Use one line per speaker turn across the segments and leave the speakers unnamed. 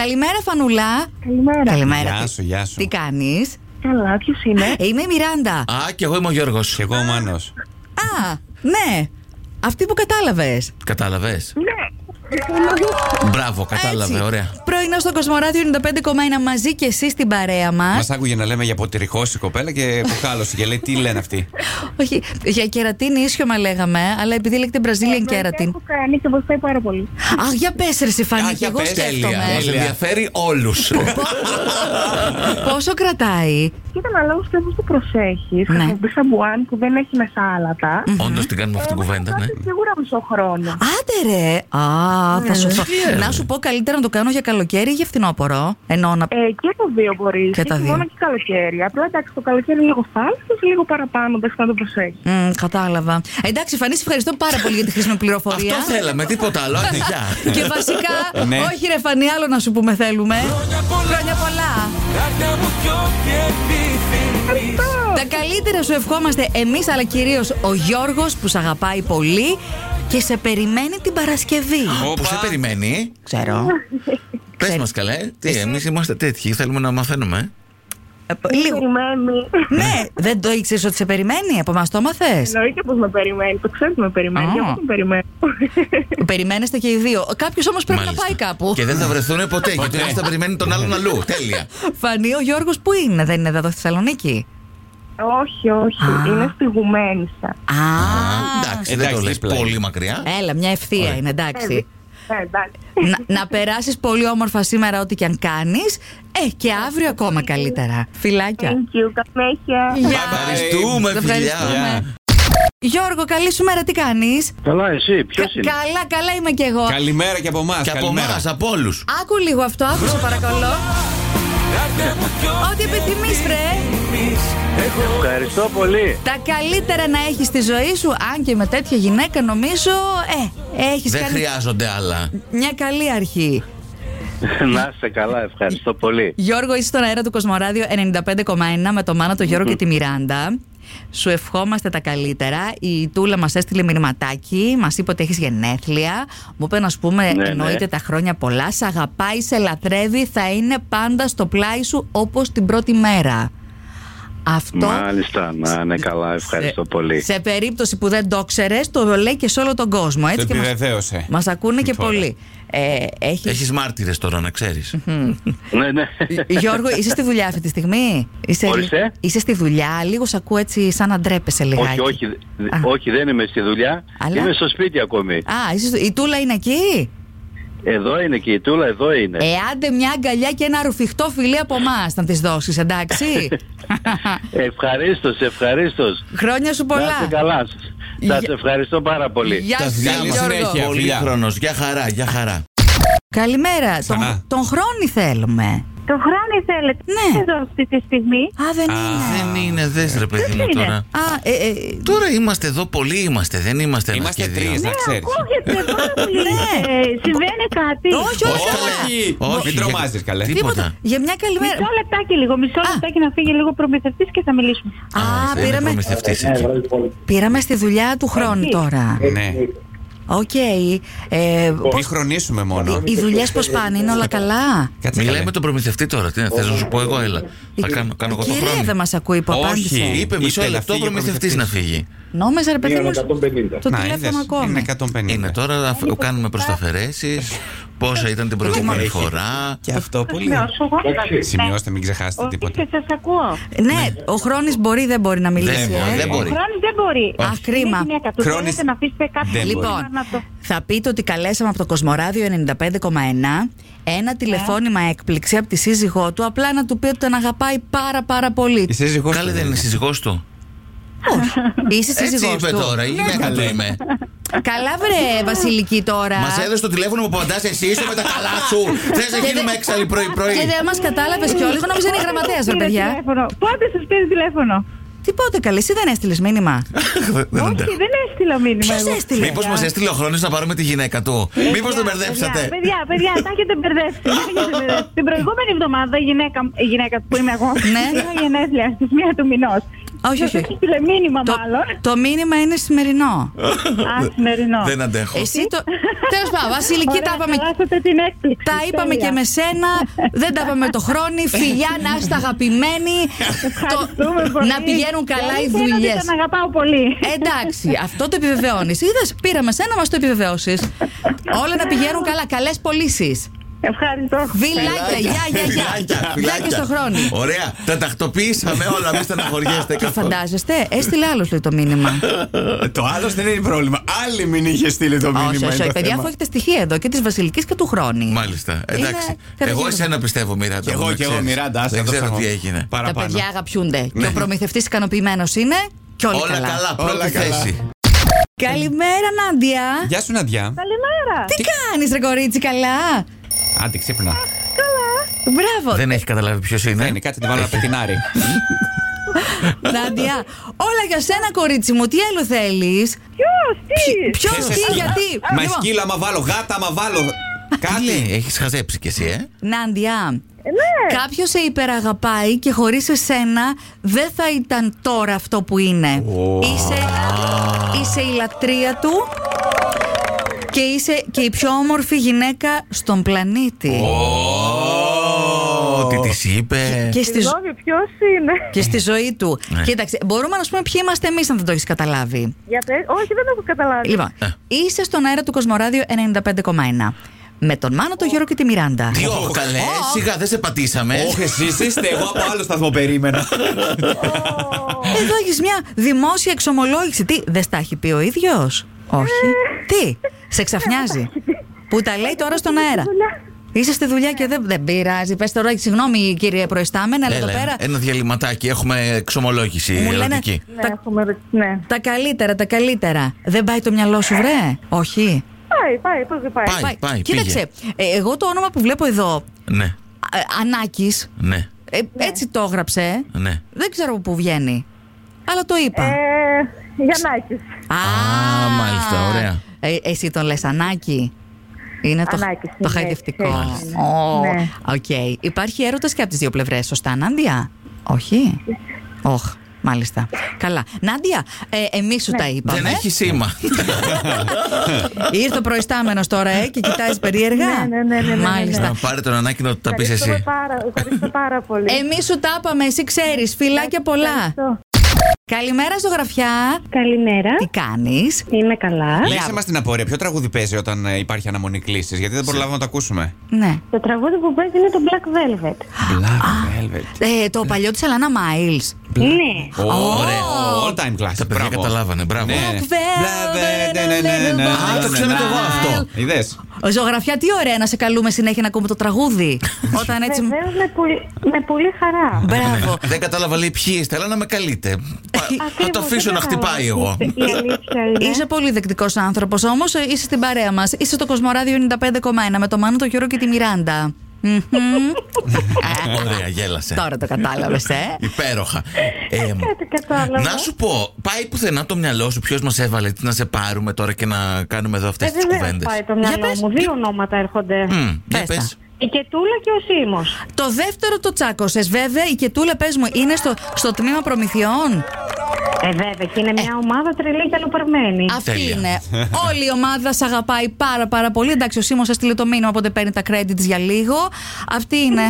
Καλημέρα, Φανουλά.
Καλημέρα.
Καλημέρα.
Γεια
Τι-
σου, γεια σου.
Τι κάνεις.
Καλά, Ε, ποιο είναι.
Είμαι η Μιράντα.
Α, και εγώ είμαι ο Γιώργος. Και εγώ ο Μάνος.
Α, ναι. Αυτή που κατάλαβες.
Κατάλαβες. Ναι. Μπράβο, κατάλαβε, ωραία.
Πρωινό στο Κοσμοράδιο 95,1 μαζί και εσύ στην παρέα μας.
Μας άκουγε να λέμε για ποτηρικός η κοπέλα και κουκάλωσε και λέει τι λένε αυτοί.
Όχι, για κερατίνη ίσιομα λέγαμε, αλλά επειδή λέγεται
Ε,
Brazilian keratin.
ναι,
Έχω κάνει και βοηθάει πάρα πολύ.
Αχ, για πες ρε
Α,
Σιφάνη, και
για
εγώ
πες.
σκέφτομαι.
Μας ενδιαφέρει όλους.
Πόσο κρατάει.
Κοίτα να λέω στο το προσέχεις.
Ναι.
Χρησιμοποιεί σαμπουάν που δεν έχει μέσα άλατα.
Όντως την κάνουμε αυτή την κουβέντα, ναι.
Κάτι Σίγουρα μισό χρόνο.
Άντε ρε! Α, θα σωθώ. Να σου πω καλύτερα να το κάνω για καλοκαίρι ή για φθινόπωρο. Ενώ να.
Ε, και τα δύο μπορείς.
Και τα δύο.
Μόνο και καλοκαίρι. Απλά εντάξει, το καλοκαίρι είναι λίγο θάλασσα, λίγο παραπάνω. Δεν να το προσέχεις.
Μμ, κατάλαβα. Ε, Εντάξει, Φανή, σε ευχαριστώ πάρα πολύ για τη χρήσιμη πληροφορία.
Αυτό θέλαμε, τίποτα άλλο. Άντε, γεια.
Και βασικά,
Ναι.
όχι ρε Φανή, άλλο να σου πούμε θέλουμε. Χρόνια πολλά. Τα καλύτερα σου ευχόμαστε εμείς, αλλά κυρίως ο Γιώργος που σ' αγαπάει πολύ και σε περιμένει την Παρασκευή.
Που σε περιμένει.
Ξέρω.
Πες μας καλέ, ε, τι εμείς είμαστε τέτοιοι, θέλουμε να μαθαίνουμε. ε.
Ε, π- Λίγο.
Περιμένει.
Ναι, δεν το ήξερες ότι σε περιμένει. Από εμάς το μάθε.
Εννοείται πως με περιμένει. Το ξέρεις με περιμένει.
Α.
και Εγώ τον περιμένω.
Περιμένεστε και οι δύο. Κάποιος όμως πρέπει να
Μάλιστα.
πάει κάπου.
Και δεν θα βρεθούν ποτέ, γιατί ο ένας θα περιμένει τον άλλον αλλού. Τέλεια.
Φανεί ο Γιώργος που είναι, δεν είναι εδώ στη Θεσσαλονίκη.
όχι, όχι.
Α.
Είναι στη Γουμένισσα.
Α,
Εντάξει, δεν
Εντάξει, Ε.
το λε
δίπλα
πολύ μακριά.
Έλα, μια ευθεία είναι, εντάξει. Ναι,
Ε, εντάξει.
να, να περάσεις πολύ όμορφα σήμερα, ό,τι και αν κάνεις. Ε, και αύριο ακόμα καλύτερα. Φιλάκια.
Thank you. Καληνύχτα.
Γεια.
Ευχαριστούμε,
Σε
φιλιά.
ευχαριστούμε. Γιώργο, καλή σου μέρα, τι κάνεις.
Καλά, εσύ, ποιος είναι.
Καλά, καλά είμαι κι εγώ.
Καλημέρα και από εμάς.
Και από εμάς, από όλους.
Άκου λίγο αυτό, άκουσα παρακαλώ. Ό,τι επιθυμείς βρε.
Ευχαριστώ πολύ.
Τα καλύτερα να έχεις στη ζωή σου, αν και με τέτοια γυναίκα νομίζω, ε, έχεις
Δεν
κάνει
χρειάζονται άλλα.
μια καλή αρχή.
Να είστε καλά, ευχαριστώ πολύ.
Γιώργο, είσαι στον αέρα του Κοσμοράδιο 95,1 με το Μάνα, τον Γιώργο και τη Μιράντα. Σου ευχόμαστε τα καλύτερα. Η Τούλα μας έστειλε μηνυματάκι, μας είπε ότι έχεις γενέθλια. Μου είπε να σου πούμε:
Ναι, ναι.
Εννοείται τα χρόνια πολλά. Σε αγαπάει, σε λατρεύει, θα είναι πάντα στο πλάι σου όπως την πρώτη μέρα. Αυτό.
Μάλιστα, να είναι καλά, ευχαριστώ
σε-
πολύ.
Σε περίπτωση που δεν το ξέρες, το λέει και σε όλο τον κόσμο. Έτσι
Το
και μας-
επιβεβαίωσε.
μας ακούνε και
Τώρα.
πολλοί. Ε, έχεις-
Έχεις μάρτυρες τώρα, να ξέρεις.
Ναι, ναι.
Ε, Γιώργο, είσαι στη δουλειά αυτή τη στιγμή. Είσαι,
Ορίστε.
είσαι στη δουλειά, λίγο σ' ακούω έτσι σαν να ντρέπεσαι λιγάκι.
Όχι, όχι, δε-
Α.
όχι, δεν είμαι στη δουλειά.
Αλλά-
Είμαι στο σπίτι ακόμη.
Α, είσαι στο- η Τούλα είναι εκεί.
Εδώ είναι και η Τούλα, εδώ είναι.
Ε, άντε μια αγκαλιά και ένα ρουφιχτό φιλί από εμάς να τη δώσεις, εντάξει.
Ευχαρίστως, ευχαρίστως.
Χρόνια σου
Να
πολλά.
είστε καλά.
Γεια-
Σας ευχαριστώ πάρα πολύ.
Γεια
Τα
σου,
φιλιά μας
Γιώργο.
συνέχεια.
Πολύ
φιλιά.
χρόνος. Για χαρά, για χαρά.
Καλημέρα.
Ξανά.
Τον, τον χρόνι θέλουμε.
Το χρόνο θέλετε.
Ναι.
Εδώ αυτή τη στιγμή.
Α, δεν
Α.
είναι.
Δεν είναι, δες ρε παιδί μου
είναι.
τώρα.
Α, ε, ε,
Τώρα είμαστε εδώ, πολλοί είμαστε. Δεν είμαστε ένα
Είμαστε ε.
και δύο. Ναι,
τρει, να ξέρεις.
Ακούγεται πάρα πολύ.
Ναι.
Ε, Συμβαίνει κάτι.
όχι, όχι, όχι.
Όχι, μην
για-
τρομάζεις καλέ.
Τίποτα.
Για μια καλημέρα.
Μισό λεπτάκι λίγο, μισό λεπτάκι να φύγει λίγο προμηθευτής και θα μιλήσουμε.
Α,
δεν είναι
πήραμε,
προμηθευτής εκεί.
πήραμε στη δουλειά του
Ε,
χρόνου τώρα.
Ναι.
Οκ. Ε,
Λοιπόν,
Πριν χρονίσουμε μόνο.
Οι δουλειέ πώς πάνε, είναι όλα καλά.
Κάτσε
Μιλάει
καλέ.
με τον προμηθευτή τώρα. Τι θες να σου πω εγώ, έλα. Θα κάνω, κάνω εγώ το
Κυρία,
χρόνο.
δεν μας ακούει που
Όχι.
απάντησε.
Είπε μισό
Είπε να
λεπτό
φύγει ο
προμηθευτής να φύγει.
Νόμιζα, ρε παιδί μου. Το
Να,
τηλέφωνο
είδες,
ακόμη.
Είναι 150.
Είναι τώρα, αφ- κάνουμε προσταφαιρέσει. Πόσα ήταν την προηγούμενη φορά.
Και αυτό πολύ.
Ναι,
Σημειώστε, μην ξεχάσετε τίποτα.
Και σας ακούω.
Ναι, ο Χρόνης μπορεί, δεν μπορεί να μιλήσει.
μπορεί,
ε.
δεν μπορεί.
Χρόνης δεν μπορεί.
Α, κρίμα.
Είναι γυναίκα του.
Χρόνης-
Θέλετε να αφήσετε κάποιο
Δεν
μήνυμα
Λοιπόν,
να το-
θα πείτε ότι καλέσαμε από το Κοσμοράδιο 95,1 ένα τηλεφώνημα έκπληξη από τη σύζυγό του. Απλά να του πει ότι τον αγαπάει πάρα πάρα
Η
πολύ.
σύζυγός
Καλή
του
δεν είναι σύζυγός του.
Είσαι
Έτσι
σύζυγός
είπε
του.
τώρα, η γυναίκα του είμαι.
Καλά, βρε Βασιλική τώρα.
Μας έδωσε το τηλέφωνο που απαντάς εσύ, είσαι με τα καλά σου. Θες να
Και
γίνουμε
δεν-
έξαλλοι
Και
πρωί-πρωί.
Ε, δεν μας κατάλαβες κιόλας. Εγώ νόμιζα είναι γραμματέας, ρε
Πήρε
παιδιά.
τηλέφωνο. Πότε σα πήρε τηλέφωνο.
Τι πότε καλή, εσύ δεν έστειλες μήνυμα.
Όχι, δεν έστειλα μήνυμα.
Ποιος
εγώ.
έστειλε. Ε,
Μήπως μας έστειλε ο χρόνος να πάρουμε τη γυναίκα του. Μήπως τον
Παιδιά,
μπερδέψατε.
Παιδιά, παιδιά, τα έχετε μπερδέψει. τα έχετε μπερδέψει. Την προηγούμενη εβδομάδα η γυναίκα, η γυναίκα που είμαι εγώ
Ναι.
είχα γενέθλια στις μία του μηνός.
Α, όχι, όχι.
Έχεις στείλει μήνυμα
Το,
μάλλον.
το μήνυμα είναι σημερινό.
Α, σημερινό.
Δεν αντέχω.
Εσύ το. Τέλος πάντων, Βασιλική,
Ωραία,
τα είπαμε.
χαλάσατε την έκπληξη.
Τα είπαμε
Τέλεια.
και με σένα, δεν τα είπαμε το χρόνο. Φιλιά, να είστε αγαπημένοι.
Ευχαριστούμε πολύ.
να πηγαίνουν καλά οι Ε,
Αλήθεια είναι ότι
δουλειέ.
Τον αγαπάω πολύ.
Ε,
Εντάξει, αυτό το επιβεβαιώνεις. Είδες, πήραμε σένα, μας το επιβεβαιώσεις. Όλα να πηγαίνουν καλά. Καλές πωλήσεις.
Ευχαριστώ.
Βιλάκια, γεια, γεια, γεια. Φιλάκια στο χρόνο.
Ωραία. Τα τακτοποιήσαμε όλα. Μην στεναχωριέστε
Και
καθόλου.
φαντάζεστε, έστειλε άλλος λέει το μήνυμα.
Το άλλο δεν είναι πρόβλημα. Άλλη μην είχε στείλει το μήνυμα.
όχι, όχι,
είναι
όχι.
το
Παιδιά,
θέμα.
αφού έχετε στοιχεία εδώ και της Βασιλικής και του χρόνου.
Μάλιστα. Εντάξει. Εγώ
καταγγελία.
εσένα πιστεύω, Μιράντα.
Κι
μου,
εγώ,
να
κι εγώ,
ξέρεις.
Μιράντα, άσε
Δεν
να το
ξέρω
φάγω.
τι έγινε.
Τα
Παραπάνω.
παιδιά αγαπιούνται. Και ο προμηθευτής ικανοποιημένος είναι και όλοι
Όλα καλά. Πρώτη
Όλα καλά.
θέση.
Καλημέρα, Νάντια.
Γεια σου, Ναδιά.
Καλημέρα.
Τι κάνεις, ρε κορίτσι, καλά.
Άντε, ξύπνα.
Ναι.
Μπράβο.
Δεν έχει καταλάβει ποιος είναι.
Είναι κάτι, την βάλω να πετεινάρει.
Νάντια, όλα για σένα, κορίτσι μου. Τι άλλο θέλεις.
Ποιος, τι.
Ποιο,
Θες
τι,
εσύ.
γιατί.
Μα
Λοιπόν,
σκύλα, άμα βάλω, γάτα, άμα βάλω. Κάτι.
Έχεις χαζέψει κι εσύ, ε.
Νάντια, κάποιος σε υπεραγαπάει και χωρίς εσένα δεν θα ήταν τώρα αυτό που είναι. Είσαι, είσαι η λατρεία του και είσαι και η πιο όμορφη γυναίκα στον πλανήτη.
Ό,τι της είπε.
Και στη, ζ-
Συγγνώμη, ποιος είναι.
και στη ζωή του.
Ε, Ναι.
Κοίταξε, μπορούμε να σου πούμε ποιοι είμαστε εμείς, αν δεν το έχεις καταλάβει.
Για πες. Όχι, δεν έχω καταλάβει.
Λοιπόν,
Ε.
είσαι στον αέρα του Κοσμοράδιο 95,1. Με τον Μάνο, τον Γιώργο και τη Μιράντα.
Τι όχι, καλέ. Σιγά, δεν σε πατήσαμε.
Όχι, εσεί είστε, εγώ από άλλο σταθμό περίμενα.
Εδώ έχεις μια δημόσια εξομολόγηση. Τι, δεν στα έχει πει ο ίδιος. Όχι. Τι, σε ξαφνιάζει. Που τα λέει τώρα στον αέρα. Είσαι στη δουλειά και δεν, δεν πειράζει. Πες τώρα, συγγνώμη κύριε Προϊστάμενα, αλλά εδώ
Έλα,
πέρα
ένα διαλυματάκι. Έχουμε εξομολόγηση
μου λένε
ερωτική.
Ναι,
τα,
έχουμε ρω- Ναι.
τα καλύτερα, τα καλύτερα. Δεν πάει το μυαλό σου, βρε. Όχι.
Πάει, πάει, πώς δεν πάει.
Πάει. πήγε.
Κοίταξε, ε, εγώ το όνομα που βλέπω εδώ,
Ναι,
ε, Ανάκης,
ναι,
ε, έτσι το έγραψε.
ναι.
Δεν ξέρω από πού βγαίνει. Αλλά το είπα.
Ε, Γιαννάκης.
Α,
Α, μάλιστα, ωραία.
Ε, εσύ τον λες Ανάκη. Είναι το,
Ανάκη,
το
ναι,
χαϊδευτικό.
έτσι είναι.
Ω,
Ναι.
οκ. Υπάρχει έρωτας και από τις δύο πλευρές, σωστά, Νάντια. Όχι. Όχι, μάλιστα. Καλά. Νάντια, ε, εμείς
Ναι.
σου τα είπαμε.
Δεν έχει σήμα.
Ήρθε ο προϊστάμενος τώρα ε, και κοιτάζεις περίεργα.
Ναι, ναι, ναι, ναι, ναι, ναι.
Μάλιστα.
Να πάρε τον ανάκη να το τα πει
Ευχαριστούμε
εσύ.
πάρα, ευχαριστώ πάρα πολύ.
Εμείς σου τα είπαμε, εσύ ξέρεις. Φιλάκια πολλά.
ναι. Ευχαριστώ. Ε?
Καλημέρα, ζωγραφιά.
Καλημέρα.
Τι κάνεις.
Είμαι καλά.
Λέξε μα την απορία, ποιο τραγούδι παίζει όταν ε, υπάρχει αναμονή κλήση, γιατί δεν προλάβαμε να το ακούσουμε.
Ναι.
Το τραγούδι που παίζει είναι το Black Velvet.
Black Velvet.
Ε, το παλιό της Αλάνα Miles.
Ναι.
Ωραία. All time classic.
Τα παιδιά
Μπράβο.
καταλάβανε, μπράβο.
Ναι.
Black Velvet,
Ναι, ναι, ναι, ναι.
Α,
το ξέρω κι εγώ αυτό.
Είδες.
Ε, Ζωγραφιά, τι ωραία να σε καλούμε συνέχεια να ακούμε το τραγούδι. Όταν έτσι.
Βεβαίως με, πολύ- με πολύ χαρά.
Μπράβο.
Δεν κατάλαβα λέει ποιοι είστε, αλλά να με καλείτε. Πα- Θα το
Ακριβώς,
αφήσω
δεν
να χτυπάει εγώ.
καταλαβαίνω. Η αλήθεια είναι.
Είσαι πολύ δεκτικός άνθρωπος όμως, ε, είσαι στην παρέα μας. Είσαι το Κοσμοράδιο 95,1 με το Μάνο, το Γιώργο και τη Μιράντα. Μμμ.
Ωραία, γέλασε.
Τώρα το κατάλαβες, ε.
Υπέροχα. Ε,
Κάτι κατάλαβα.
να σου πω, πάει πουθενά το μυαλό σου ποιος μας έβαλε τι να σε πάρουμε τώρα και να κάνουμε εδώ αυτές
Ε,
τις
βεβαίως
κουβέντες.
πάει το
Για πες.
μυαλό μου. Δύο ονόματα έρχονται.
Για
Πες τα.
πες.
Η Κετούλα και ο Σίμος.
Το δεύτερο το τσάκωσες, βέβαια. Η Κετούλα, πες μου, είναι στο, στο τμήμα προμηθειών.
Ε, βέβαια, και είναι μια ομάδα τρελή και αλλοπαρμένη.
Αυτή
Τέλεια.
είναι. Όλη η ομάδα σε αγαπάει πάρα πάρα πολύ. Εντάξει, ο Σίμω έστειλε το μήνυμα, οπότε παίρνει τα credits για λίγο. Αυτή είναι.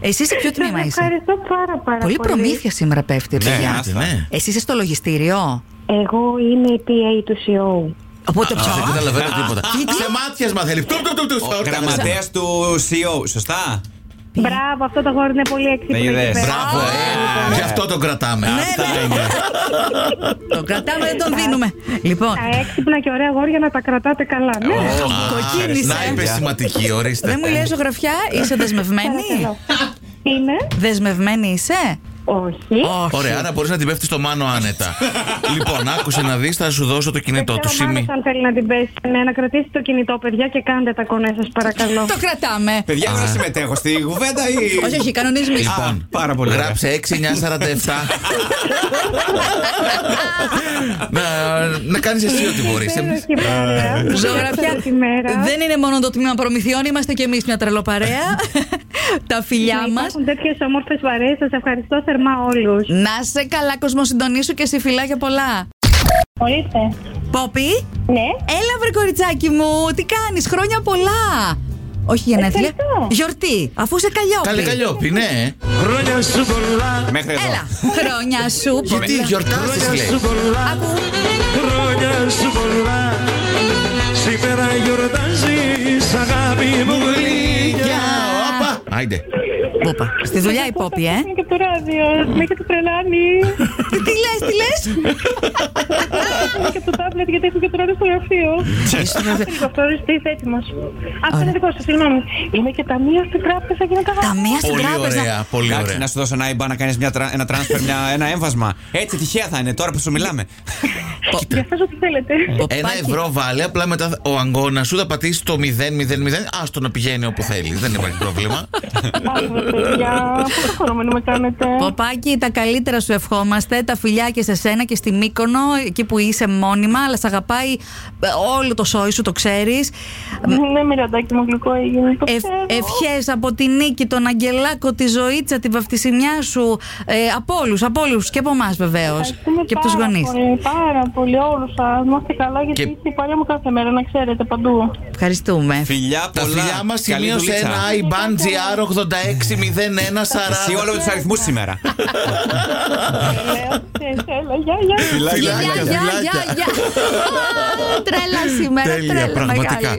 Εσύ σε ποιο τμήμα
Σας
είσαι.
ευχαριστώ πάρα πάρα
Πολύ
πολύ.
προμήθεια σήμερα πέφτει, παιδιά.
άστα.
Ναι.
Εσύ είσαι στο λογιστήριο.
Εγώ είμαι η PA του CEO.
Οπότε ποιο.
Δεν καταλαβαίνω τίποτα. Σε μάτια μας θέλει. Τουπ, τουπ, τουπ, τουπ, στα όρτα.
Γραμματέας του CEO, σωστά.
Μπράβο, αυτό το γόρι είναι πολύ έξυπνο.
Ναι,
εκεί
είδες.
πέρα.
Μπράβο, ε.
Ναι,
Γι' αυτό τον κρατάμε. Αυτά είναι.
Το κρατάμε, δεν τον δίνουμε. Λοιπόν,
Τα έξυπνα και ωραία γόρια να τα κρατάτε καλά. Ναι.
Α,
κοκκίνησε.
Να είπε σημαντική, ορίστε. Ε,
δεν μου λέει ζωγραφιά, είσαι δεσμευμένη.
Παρακαλώ. Είναι.
Δεσμευμένη είσαι.
Όχι.
Όχι.
Ωραία, άρα μπορείς να την πέφτεις στο μάνο άνετα. λοιπόν, άκουσε να δεις, θα σου δώσω το κινητό του
Ξέρω
Σίμι.
μάλλον αν θέλει να την πέσει. Ναι, να κρατήσει το κινητό, παιδιά, και κάντε τα κονέ σας, παρακαλώ.
Το κρατάμε.
Παιδιά, εγώ να συμμετέχω στη κουβέντα ή.
Όχι, όχι, κανονισμοί.
Λοιπόν,
πάρα πολύ ωραία.
Γράψε 6947. να να κάνεις εσύ ό,τι μπορείς.
Υπέροχη παρέα.
Ζωγραφιά.
Καλή μέρα.
Δεν είναι μόνο το τμήμα προμηθειών, είμαστε κι εμείς μια τρελοπαρέα. τα φιλιά μας.
Υπάρχουν τέτοιες όμορφες παρέε. Σας ευχαριστώ θερμά όλους.
Να σε καλά, κοσμοσυντονίσου και σε φιλάκια πολλά.
Ορίστε.
Πόπι,
Ναι.
έλα βρε κοριτσάκι μου, τι κάνεις, χρόνια πολλά. Όχι γενέθλια.
Ευχαριστώ.
Γιορτή, αφού είσαι καλλιόπη.
Καλή καλλιόπη, ναι.
Μέχρι εδώ.
Έλα, χρόνια σου.
Γιατί
πολλά.
γιορτάζεις λέει.
Ακού.
Άιντε.
Όπα, Στη δουλειά η Πόπη, ε.
Είναι και το ράδιο. Με έχετε τρελάνει.
τι λες, τι λες.
Είναι και το τάμπλετ γιατί έχω και το ράδιο στο γραφείο. Αυτό οριστείτε έτοιμο. Αυτό είναι δικό σας, συγγνώμη. Είμαι και ταμείο στην τράπεζα και είναι τα
Ταμεία στην
Πολύ
τράπεζα.
ωραία, πολύ
Εντάξει, να
ωραία.
σου δώσω ένα IBAN να κάνεις ένα transfer, μια, ένα έμβασμα. Έτσι τυχαία θα είναι τώρα που σου μιλάμε.
Για σας ό,τι θέλετε.
Ένα
Ποπάκι.
ευρώ βάλε, απλά μετά ο αγώνας σου θα πατήσεις το 000, άστο να πηγαίνει όπου θέλει. Δεν υπάρχει πρόβλημα.
Αχ, ρε παιδιά, πόσο χαρούμενο με κάνετε.
Ποπάκι, τα καλύτερα σου ευχόμαστε. Τα φιλιά και σε σένα και στη Μύκονο, εκεί που είσαι μόνιμα, αλλά σε αγαπάει ε, όλο το σόι σου, το ξέρεις.
Ναι, μοιραντάκι μου γλυκό έγινε. Το ξέρω.
Ευχές Ε, από τη Νίκη, τον Αγγελάκο, τη Ζωήτσα, τη βαφτισιμιά σου. Ε, από όλους, από όλους και από εμάς βεβαίως.
Ευχαριστούμε
Και από τους
πάρα
γονείς.
πολύ, Πάρα πολύ, όλους σας. Να είστε καλά, γιατί
Και-
είστε η παρέα μου κάθε μέρα, να ξέρετε παντού.
Ευχαριστούμε.
Φιλιά,
Τα
πολλά.
φιλιά μας
Καλή
σημείωσε
δουλίτσα.
ένα IBAN
Εσύ
GR860140.
όλο με τους αριθμούς σήμερα.
Λέω, ξέρεις, έλα, γεια, γεια.
Γεια, γεια, γεια, γεια. Τρέλα σήμερα,
Τέλεια,
τρέλα
πραγματικά.
μεγάλη.